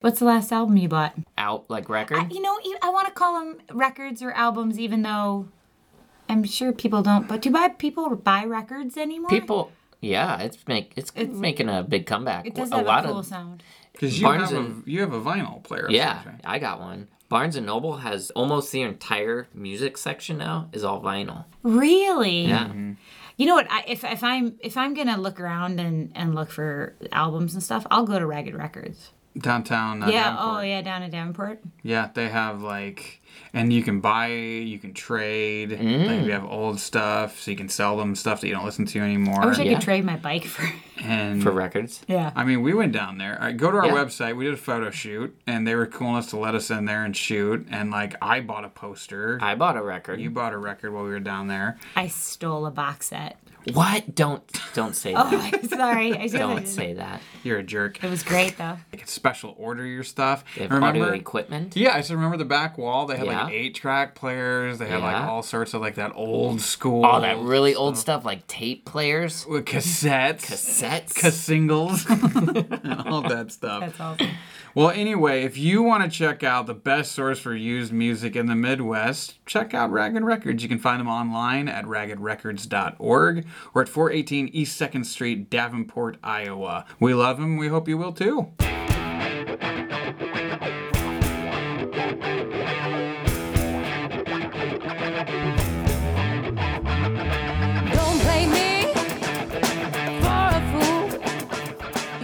What's the last album you bought? Out like record. I, you know, e- I want to call them records or albums, even though I'm sure people don't. But do buy people buy records anymore? People, yeah, it's make it's, making a big comeback. it does a have lot a cool of sound. Because you Barnes have and- a you have a vinyl player. of yeah, some kind. I got one. Barnes and Noble has almost the entire music section now is all vinyl. Really? Yeah, You know what? I, if if I'm if I'm gonna look around and and look for albums and stuff, I'll go to Ragged Records. downtown. Uh, yeah. Davenport. Oh yeah, down in Davenport. Yeah, they have like, and you can buy, you can trade. Mm. Like we have old stuff, so you can sell them stuff that you don't listen to anymore. I wish I Yeah. could trade my bike for. and for records. Yeah. I mean, we went down there. I go to our Yeah. website. We did a photo shoot, and they were cool enough to let us in there and shoot. And like, I bought a poster. I bought a record. you bought a record while we were down there. I stole a box set. What? Don't don't say that. Oh, I'm sorry. I should Don't have. say that. You're a jerk. It was great though. I could special order your stuff. They have audio Remember? equipment. Yeah, I just remember the back wall. They had like Yeah. eight track players. They had Yeah. Oh, like all sorts of like that old school. All that really old stuff like tape players, with cassettes. cassettes. Cause singles, all that stuff. That's awesome. well, anyway, if you want to check out the best source for used music in the Midwest, check out Ragged Records. You can find them online at raggedrecords.org or at 418 East 2nd Street, Davenport, Iowa. We love them. We hope you will too. Don't blame me for a fool.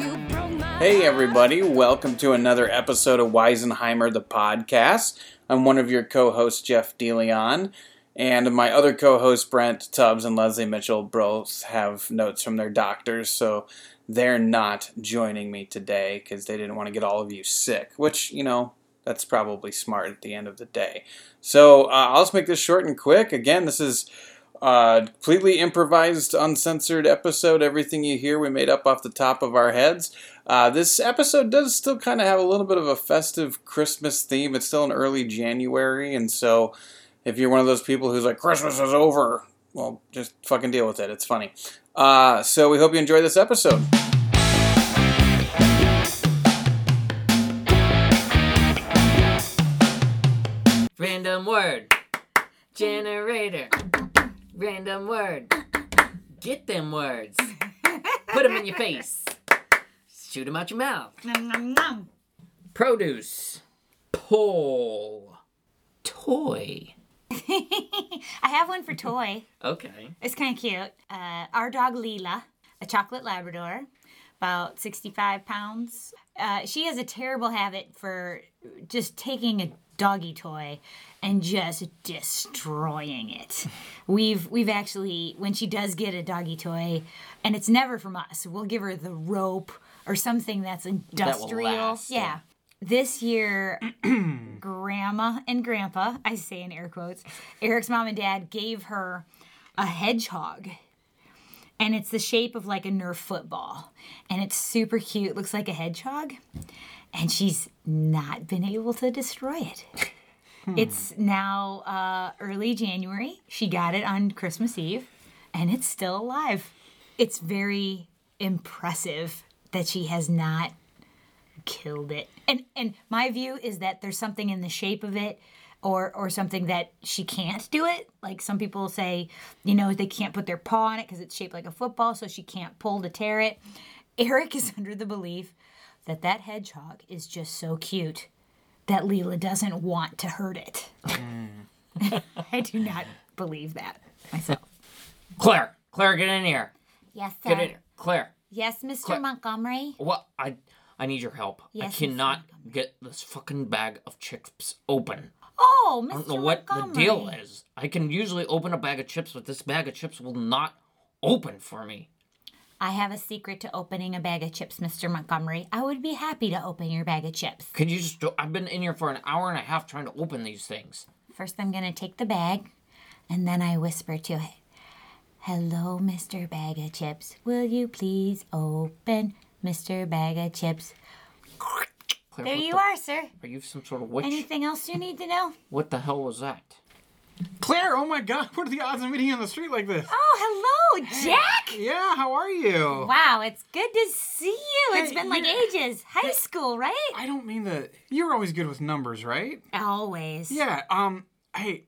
You broke my Hey, everybody, welcome to another episode of Weisenheimer the Podcast. I'm one of your co hosts, Jeff DeLeon, and my other co hosts, Brent Tubbs and Leslie Mitchell, both have notes from their doctors, so they're not joining me today because they didn't want to get all of you sick, which, you know, that's probably smart at the end of the day. So uh, I'll just make this short and quick. Again, this is uh, completely improvised, uncensored episode. Everything you hear, we made up off the top of our heads. Uh, this episode does still kind of have a little bit of a festive Christmas theme. It's still in early January, and so if you're one of those people who's like, Christmas is over, well, just fucking deal with it. It's funny. Uh, so we hope you enjoy this episode. Random word generator. Random word. Get them words. Put them in your face. Shoot them out your mouth. Nom, nom, nom. Produce. Pull. Toy. I have one for toy. Okay. It's kind of cute. Uh, our dog Leela, a chocolate Labrador, about 65 pounds. Uh, she has a terrible habit for just taking a doggy toy and just destroying it. We've we've actually when she does get a doggy toy, and it's never from us. We'll give her the rope or something that's industrial. last, yeah. yeah. This year, grandma and grandpa, I say in air quotes, Eric's mom and dad gave her a hedgehog. And it's the shape of like a Nerf football. And it's super cute, looks like a hedgehog. And she's not been able to destroy it. It's now uh, early January. She got it on Christmas Eve, and it's still alive. It's very impressive that she has not killed it. And and my view is that there's something in the shape of it or or something that she can't do it. Like some people say, you know, they can't put their paw on it cuz it's shaped like a football so she can't pull to tear it. Eric is under the belief that that hedgehog is just so cute that Leela doesn't want to hurt it. Mm. I do not believe that myself. Claire. Claire, get in here. Yes, sir. Get in here. Claire. Yes, Mr. Claire. Montgomery. What? I I need your help. Yes, I Mr. cannot get this fucking bag of chips open. Oh, Mr. I don't know what the Montgomery. deal is. I can usually open a bag of chips, but this bag of chips will not open for me. I have a secret to opening a bag of chips, Mr. Montgomery. I would be happy to open your bag of chips. Could you just? I've been in here for an hour and a half trying to open these things. First, I'm going to take the bag, and then I whisper to it Hello, Mr. Bag of Chips. Will you please open Mr. Bag of Chips? Claire, There what you the- are, sir. Are you some sort of witch? Anything else you need to know? What the hell was that? Claire, oh my God, what are the odds of meeting you on the street like this? Oh, hello, Jack. Yeah, how are you? Wow, it's good to see you. It's Hey, been like you're- ages. High school, right? I don't mean that. You're always good with numbers, right? Always. Yeah. Um. Hey,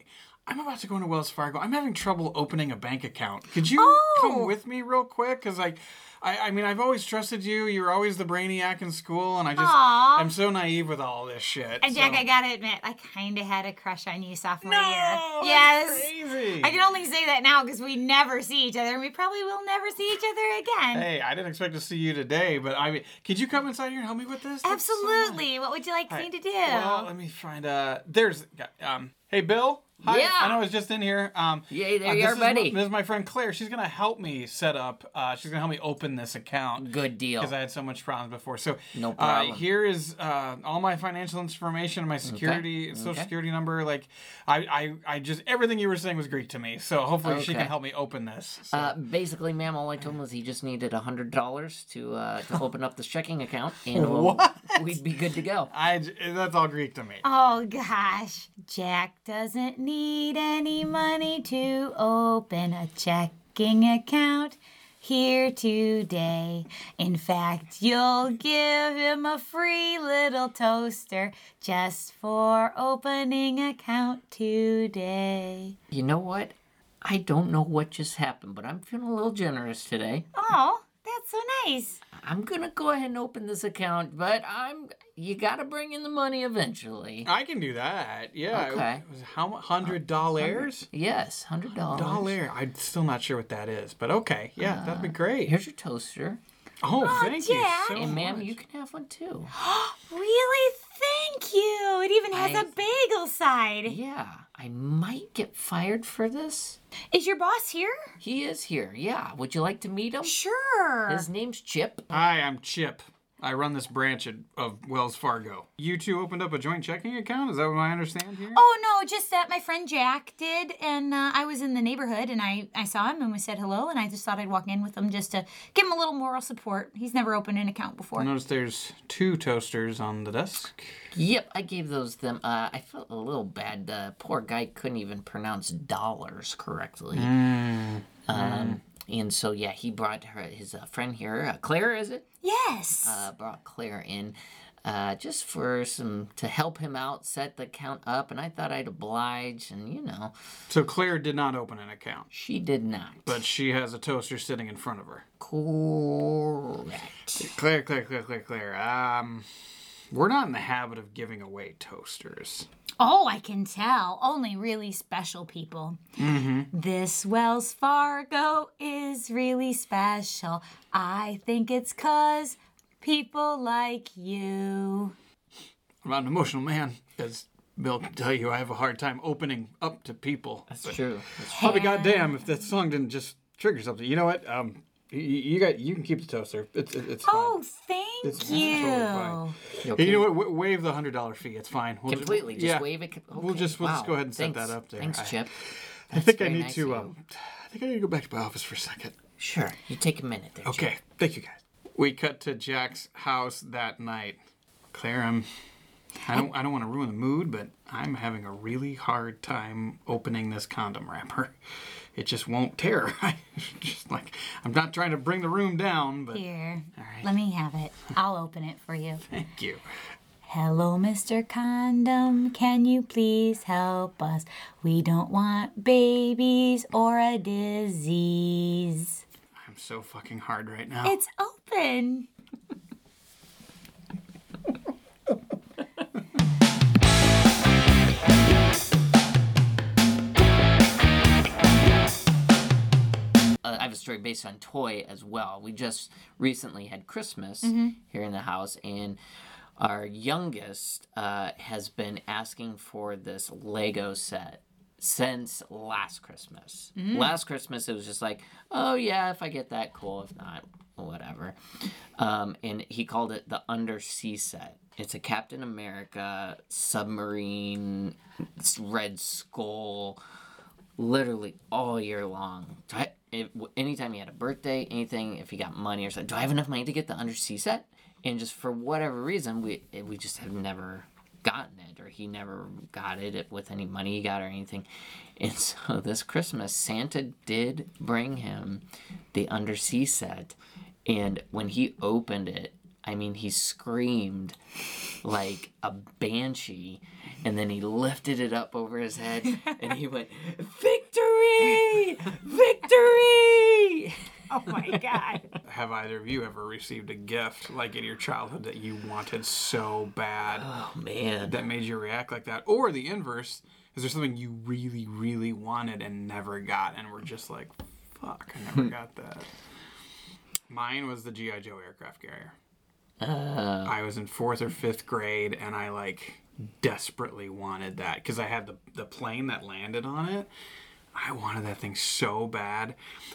I'm about to go into Wells Fargo. I'm having trouble opening a bank account. Could you come Oh. with me real quick? Cause like, I, I mean, I've always trusted you. You're always the brainiac in school, and I just Aw. I'm so naive with all this shit. And Jack, so- I gotta admit, I kinda had a crush on you sophomore No, year. that's Yes. Crazy. I can only say that now because we never see each other, and we probably will never see each other again. Hey, I didn't expect to see you today, but I mean, could you come inside here and help me with this? That's so nice. Absolutely. what would you like me to do? Well, let me find. Uh, there's. Um. Hey, Bill. Hi. Yeah. I know I was just in here. Um. Yay, there uh, you this are, is buddy. My, this is my friend Claire. She's gonna help me set up. Uh, she's gonna help me open this account Good deal. because I had so much problems before. So No Uh, problem. here is uh, all my financial information, my security, social Okay. security number. Like, I, I, I just everything you were saying was great to me. So hopefully she Okay. can help me open this. So- Uh, basically, ma'am, all I told him was he just needed a hundred dollars to uh, to open up this checking account, and we'll- we'd be good to go. I j- that's all Greek to me. uh, Oh gosh, Jack doesn't need any money to open a checking account here today. In fact, you'll give him a free little toaster just for opening account today. You know what? I don't know what just happened, but I'm feeling a little generous today. Oh, that's so nice. I'm gonna go ahead and open this account, but I'm you gotta bring in the money eventually. I can do that. Yeah. Okay. It was how much? Hundred dollars? Yes, hundred dollars. Dollar. I'm still not sure what that is, but okay. Yeah, that'd be great. Here's your toaster, oh, thank Jack. you so and ma'am, much. you can have one too. Really? Thank you. It even has a bagel side. Yeah, I might get fired for this. Is your boss here? He is here. Yeah, would you like to meet him? Sure. His name's Chip. Hi, I'm Chip. I run this branch at, of Wells Fargo. You two opened up a joint checking account. Is that what I understand here? Oh no, just that my friend Jack did, and uh, I was in the neighborhood, and I I saw him, and we said hello, and I just thought I'd walk in with him just to give him a little moral support. He's never opened an account before. Notice there's two toasters on the desk. Yep, I gave those them. Uh, I felt a little bad. The poor guy couldn't even pronounce dollars correctly. Um, and so yeah, he brought her his uh, friend here, uh, Claire. Is it? Yes. Uh, brought Claire in, uh, just for some to help him out, set the count up, and I thought I'd oblige, and you know, So Claire did not open an account, she did not. but she has a toaster sitting in front of her. Correct. Claire, Claire, Claire, Claire, Claire. Um, we're not in the habit of giving away toasters. oh, I can tell. Only really special people. This Wells Fargo is really special. I think it's cause people like you. I'm not an emotional man, as Bill can tell you. I have a hard time opening up to people. That's true. That's true. Probably goddamn if that song didn't just trigger something. You know what? Um, you, you got you can keep the toaster. It's it's, it's Oh, fine. thank It's you. totally fine. You Hey, okay? you know what? Wa- waive the hundred dollar fee. It's fine. We'll ju- Completely. Just yeah. wave it. Okay. We'll just we'll wow. just go ahead and set Thanks. that up there. Thanks, I- Chip. I think I very need nice of to you. um, I think I need to go back to my office for a second. Sure. You take a minute there. Chip. Okay, thank you guys. We cut to Jack's house that night. Claire, I'm. I don't. I don't want to ruin the mood, but I'm having a really hard time opening this condom wrapper. It just won't tear. just like I'm not trying to bring the room down, but Here, let me have it. I'll open it for you. thank you. Hello, Mr. Condom. Can you please help us? We don't want babies or a disease. I'm so fucking hard right now. It's open. uh, I have a story based on toy as well. We just recently had Christmas here in the house, and our youngest uh, has been asking for this Lego set since last Christmas. Last Christmas, it was just like, oh yeah, if I get that, cool. If not, whatever. Um, and he called it the Undersea set. It's a Captain America submarine, s- Red Skull literally all year long. Do I, if, anytime he had a birthday, anything, if he got money or something, do I have enough money to get the undersea set? And just for whatever reason, we we just have never gotten it, or he never got it with any money he got or anything. And so this Christmas, Santa did bring him the undersea set. And when he opened it, I mean, he screamed like a banshee. And then he lifted it up over his head and he went, Victory! Victory! Oh my god. Have either of you ever received a gift like in your childhood that you wanted so bad Oh, man. that made you react like that? Or the inverse, is there something you really, really wanted and never got and were just like, fuck, I never got that? Mine was the G.I. Joe aircraft carrier. I was in fourth or fifth grade and I like desperately wanted that because I had the, the plane that landed on it. I wanted that thing so bad.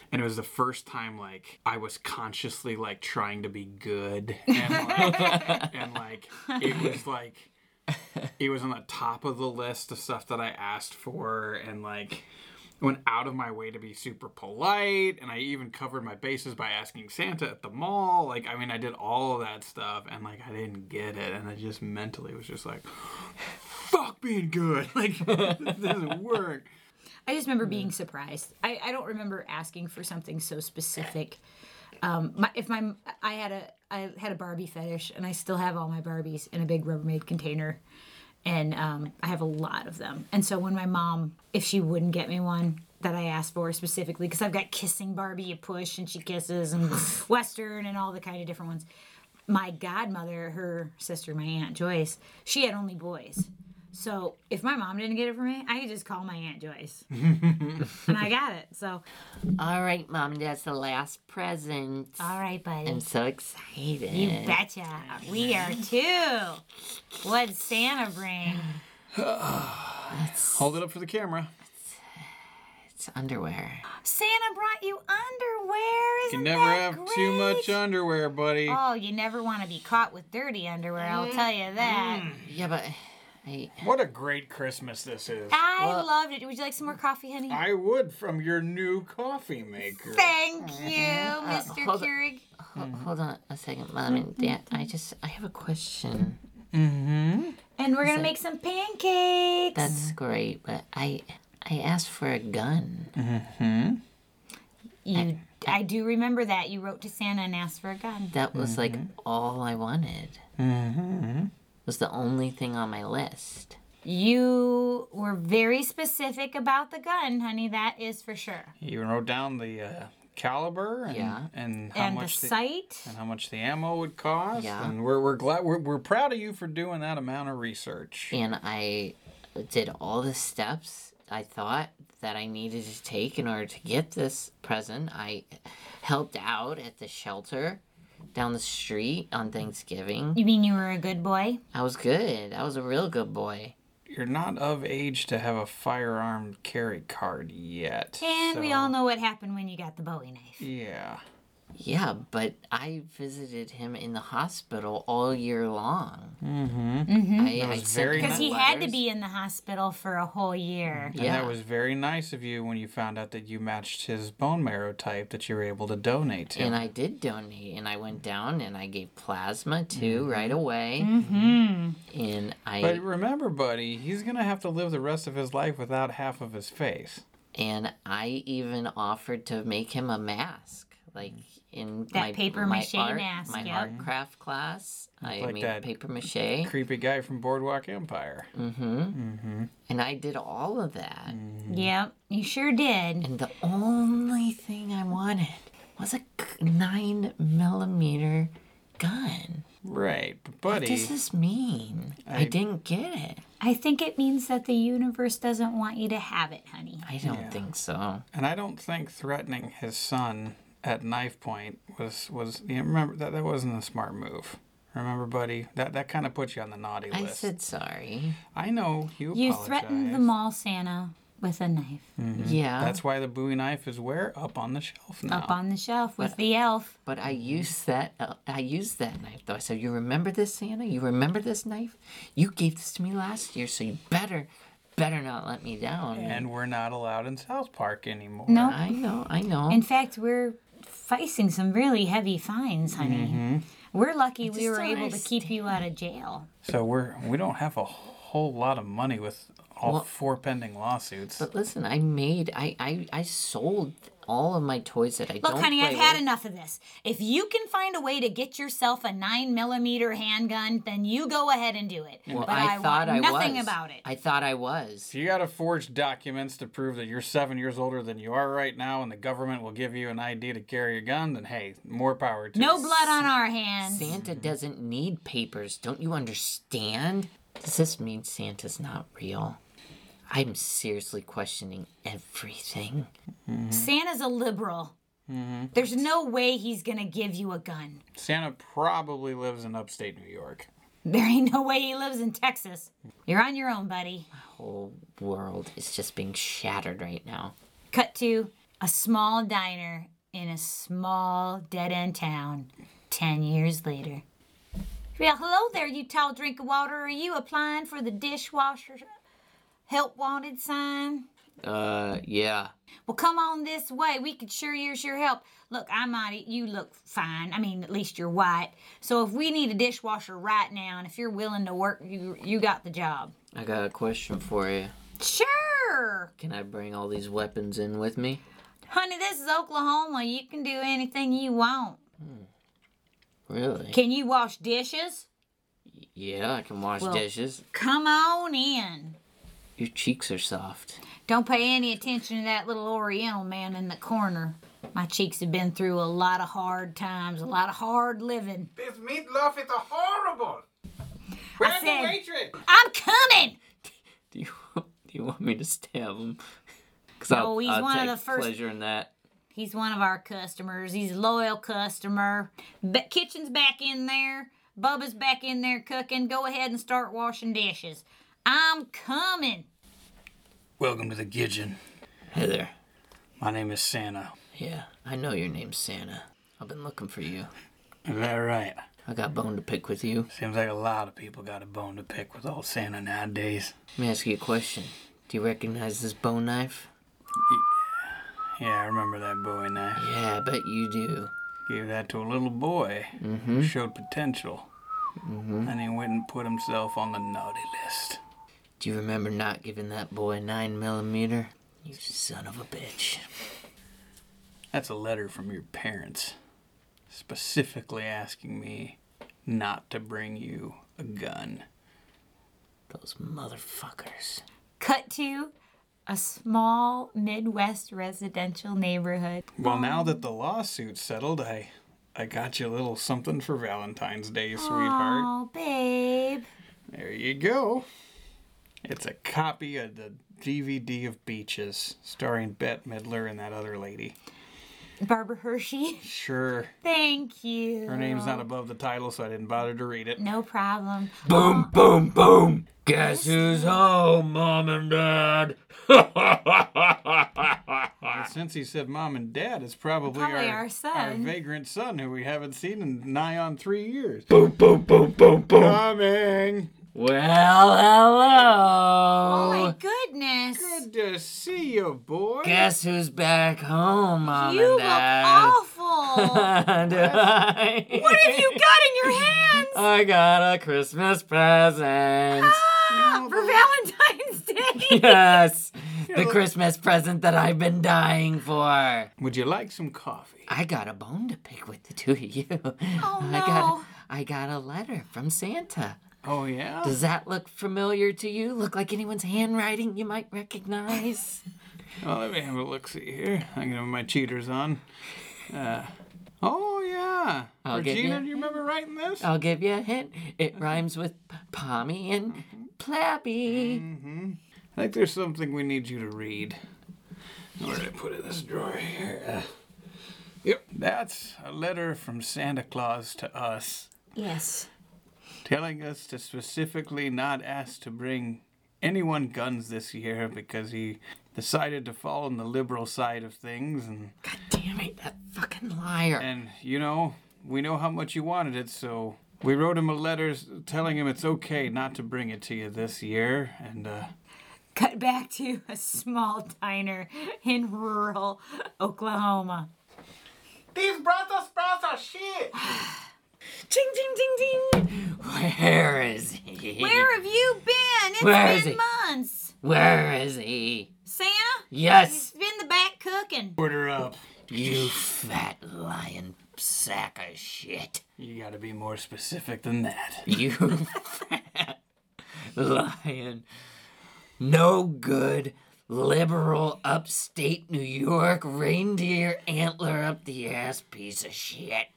And it was the first time like I was consciously like trying to be good and like, and, like it was like it was on the top of the list of stuff that I asked for and like went out of my way to be super polite and I even covered my bases by asking Santa at the mall. Like I mean I did all of that stuff and like I didn't get it and I just mentally was just like fuck being good. Like this doesn't work. I just remember being surprised. I, I don't remember asking for something so specific. Um, my, if my I had a I had a Barbie fetish, and I still have all my Barbies in a big Rubbermaid container, and um, I have a lot of them. And so when my mom, if she wouldn't get me one that I asked for specifically, because I've got kissing Barbie, you push and she kisses, and Western and all the kind of different ones. My godmother, her sister, my aunt Joyce, she had only boys. So if my mom didn't get it for me, I could just call my aunt Joyce, and I got it. So All right, Mom and Dad's the last present. all right, buddy. I'm so excited. You betcha. We are too. What'd Santa bring? Hold it up for the camera. It's underwear. Santa brought you underwear. You Isn't never that have great? too much underwear, buddy. Oh, you never want to be caught with dirty underwear, I'll tell you that. Yeah, but I What a great Christmas this is. I loved it. Would you like some more coffee, honey? I would from your new coffee maker. Thank you, Mr. hold it. Keurig. ho- hold on a second, Mom and Dad. I just I have a question. And we're going to make some pancakes. That's great, but I I asked for a gun. you, I do remember that. You wrote to Santa and asked for a gun. That was like all I wanted. Mm-hmm. Was the only thing on my list. You were very specific about the gun, honey. That is for sure. You wrote down the uh, caliber and, Yeah. and how and the much the, site. and how much the ammo would cost. Yeah. And we're, we're glad we're, we're proud of you for doing that amount of research. and I did all the steps I thought that I needed to take in order to get this present. I helped out at the shelter down the street on Thanksgiving. You mean you were a good boy? I was good. I was a real good boy. You're not of age to have a firearm carry card yet. And we so- all know what happened when you got the Bowie knife. Yeah. Yeah, but I visited him in the hospital all year long. Mm-hmm. I, I was sent very him Because he letters. had to be in the hospital for a whole year. And Yeah. that was very nice of you when you found out that you matched his bone marrow type that you were able to donate to. And I did donate, and I went down and I gave plasma too right away. Mm-hmm. And I Mm-hmm. but remember, buddy, he's going to have to live the rest of his life without half of his face. and I even offered to make him a mask, like in That paper mache art, mask, my yep. art craft class. I Like made that paper mache, Creepy guy from Boardwalk Empire. Mm. and I did all of that. Mm. Mm-hmm. Yep, you sure did. And the only thing I wanted was a g- nine millimeter gun. Right. But, buddy. What does this mean? I, I- didn't get it. I think it means that the universe doesn't want you to have it, honey. I don't think so. And I don't think threatening his son at knife point was was you know, remember that that wasn't a smart move. Remember, buddy, that that kind of put you on the naughty I list. said sorry. I know you. You apologize. threatened the mall Santa with a knife Yeah. Mm-hmm. That's why the Bowie knife is where up on the shelf now. up on the shelf with the elf. But I used that. Uh, I used that knife though. I said, "You remember this, Santa? You remember this knife? You gave this to me last year, so you better, better not let me down." and we're not allowed in South Park anymore. No. I know, I know. Mm-hmm. In fact, we're facing some really heavy fines, honey. We're lucky we just were don't able to understand. keep you out of jail. So we're we don't have a whole lot of money with all four pending lawsuits. But listen, I made, I, I, I sold all of my toys that I Look, don't honey, play I've had with. enough of this. If you can find a way to get yourself a nine millimeter handgun, then you go ahead and do it. Well, but I, thought want I was. nothing about it. I thought I was. If you gotta forge documents to prove that you're seven years older than you are right now, and the government will give you an ID to carry a gun, then hey, more power to no you. blood on our hands. Santa doesn't need papers. Don't you understand? Does this mean Santa's not real? I'm seriously questioning everything. Santa's Mm-hmm. a liberal. There's no way he's gonna give you a gun. Santa probably lives in upstate New York. There ain't no way he lives in Texas. You're on your own, buddy. whole world is just being shattered right now. Cut to a small diner in a small dead end town 10 years later. Well, hello there, you tall drink of water. Are you applying for the dishwasher help wanted sign? Uh, yeah. Well, come on this way. We could sure use your help. Look, I might, you look fine. I mean, at least you're white. So if we need a dishwasher right now, and if you're willing to work, you, you got the job. I got a question for you. Sure. Can I bring all these weapons in with me? Honey, this is Oklahoma. You can do anything you want. Really? Can you wash dishes? Yeah, I can wash dishes. Come on in. Your cheeks are soft. Don't pay any attention to that little Oriental man in the corner. My cheeks have been through a lot of hard times, a lot of hard living. This meatloaf is horrible. I said, I'm coming. Do you do you want me to stab him? Cause No, I'll, he's I'll one of take the first- pleasure in that. He's one of our customers. He's a loyal customer. But kitchen's back in there. Bubba's back in there cooking. Go ahead and start washing dishes. I'm coming. Welcome to the kitchen. Hey there. My name is Santa. Yeah, I know your name's Santa. I've been looking for you. Is that right? I got bone to pick with you. Seems like a lot of people got a bone to pick with old Santa nowadays. Let me ask you a question. Do you recognize this bone knife? Yeah, I remember that boy now. Yeah, I bet you do. Gave that to a little boy who showed potential. And he went and put himself on the naughty list. Do you remember not giving that boy a 9 millimeter? You son of a bitch. That's a letter from your parents, specifically asking me not to bring you a gun. Those motherfuckers. Cut to a small Midwest residential neighborhood. Well, now that the lawsuit's settled, I I got you a little something for Valentine's Day, sweetheart. Oh, babe. There you go. It's a copy of the DVD of Beaches, starring Bette Midler and that other lady. Barbara Hershey. Sure, Thank you. her name's not above the title, so I didn't bother to read it. No problem. Boom, boom, boom. Guess who's home, mom and dad? Well, since he said mom and dad, it's probably, Probably our, our son. vagrant son who we haven't seen in nigh on three years. boom, boom, boom, boom, boom. Coming! Well, Oh, hello. my goodness. Good to see you, boy. Guess who's back home, mom You and look dad? awful. Do I? what have you got in your hands? I got a Christmas present. Ah, for Valentine's Day. yes, the Christmas present that I've been dying for. Would you like some coffee? I got a bone to pick with the two of you. Oh I no. got I got a letter from Santa. Oh, yeah? Does that look familiar to you? Look like anyone's handwriting you might recognize? Well, let me have a look see here. I can have my cheaters on. Uh, oh, yeah. I'll get Regina, you. Oh. do you remember writing this? I'll give you a hint. It rhymes with Pommy and Mm-hmm. Mm. Plappy. I think there's something we need you to read. Where did I put it in this drawer here? Uh, yep, that's a letter from Santa Claus to us, Yes. telling us to specifically not ask to bring anyone guns this year because he decided to fall on the liberal side of things, and Damn it, that fucking liar. and you know we know how much you wanted it, so we wrote him a letter s- telling him it's okay not to bring it to you this year, and uh, Cut back to a small diner in rural Oklahoma. These Brussels sprouts are shit. Ding, ding, ding, ding. Where is he? Where have you been? It's Where is been he? months. Where is he? Santa, Yes, he's been in the back cooking. Order up. you fat lion sack of shit. You gotta be more specific than that. You fat lion. No good liberal upstate New York reindeer antler up the ass piece of shit.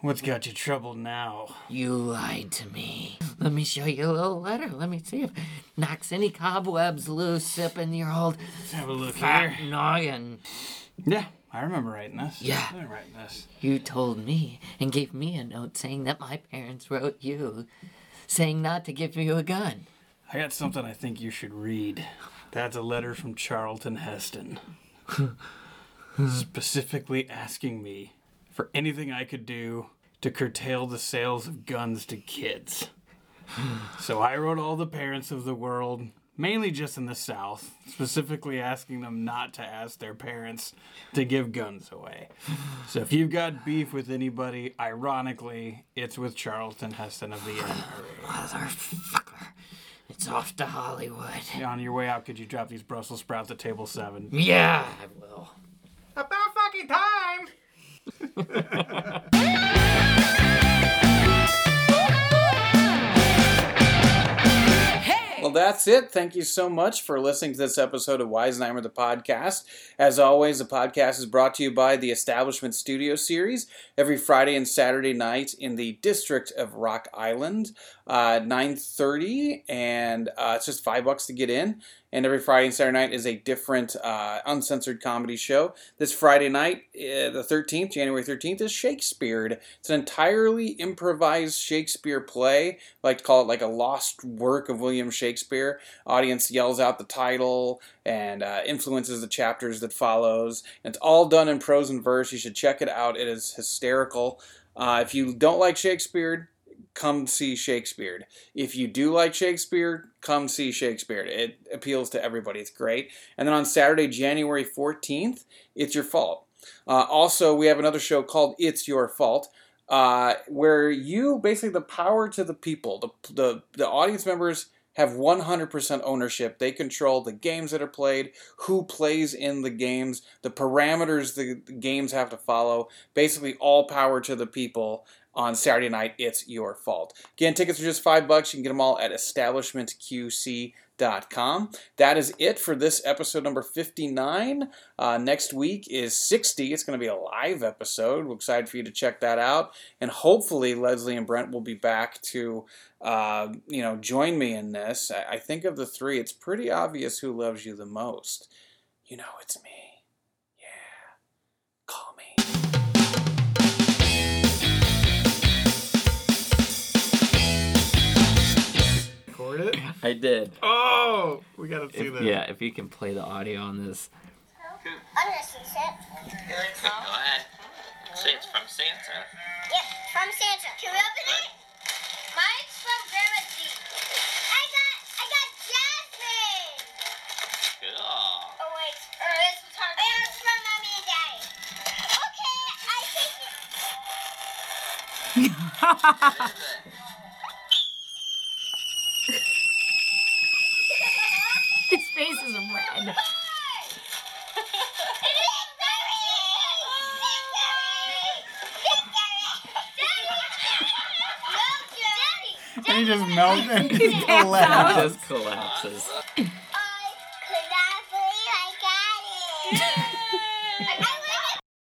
What's got you troubled now? You lied to me. Let me show you a little letter. Let me see if knocks any cobwebs loose sipping your old Let's have a look fat here. noggin. Yeah, I remember writing this. Yeah. I remember writing this. You told me and gave me a note saying that my parents wrote you saying not to give you a gun. I got something I think you should read. That's a letter from Charlton Heston. Specifically asking me for anything I could do to curtail the sales of guns to kids. So I wrote all the parents of the world, mainly just in the South, specifically asking them not to ask their parents to give guns away. So if you've got beef with anybody, ironically, it's with Charlton Heston of the NRA. Motherfucker. It's off to Hollywood. On your way out, could you drop these Brussels sprouts at table seven? Yeah, I will. About fucking time! Well, that's it. Thank you so much for listening to this episode of Weisenheimer the Podcast. As always, the podcast is brought to you by the Establishment Studio Series every Friday and Saturday night in the district of Rock Island, uh, 9.30, and uh, it's just five bucks to get in. And every Friday and Saturday night is a different uh, uncensored comedy show. This Friday night, uh, the 13th, January 13th, is Shakespeare. It's an entirely improvised Shakespeare play. I like to call it like a lost work of William Shakespeare. Audience yells out the title and uh, influences the chapters that follows. And it's all done in prose and verse. You should check it out. It is hysterical. Uh, if you don't like Shakespeare, come see Shakespeare. If you do like Shakespeare, come see Shakespeare. It appeals to everybody. It's great. And then on Saturday, January 14th, it's your fault. Uh, also, we have another show called It's Your Fault, uh, where you basically the power to the people, the, the, the audience members have 100% ownership. They control the games that are played, who plays in the games, the parameters the, the games have to follow. Basically, all power to the people. On Saturday night, it's your fault. Again, tickets are just five bucks. You can get them all at establishmentqc.com. That is it for this episode number 59. Uh, next week is 60. It's going to be a live episode. We're excited for you to check that out. And hopefully, Leslie and Brent will be back to, uh, you know, join me in this. I, I think of the three, it's pretty obvious who loves you the most. You know, it's me. Yeah. Call me. Record it? I did. Oh! We gotta see that. Yeah, if you can play the audio on this. I'm gonna see Santa. Go ahead. See, it's from Santa. Yep, from Santa. Can we open it? Mine's from Grandma D. I got, I got Jasmine. Cool. Oh wait, or this was hard. Oh, it's from Mommy and Daddy. Okay, I take it. His face is red. It is Barry. It's Barry. It's Barry. Daddy. No, Daddy. And he just melted. He passed out. Just collapses.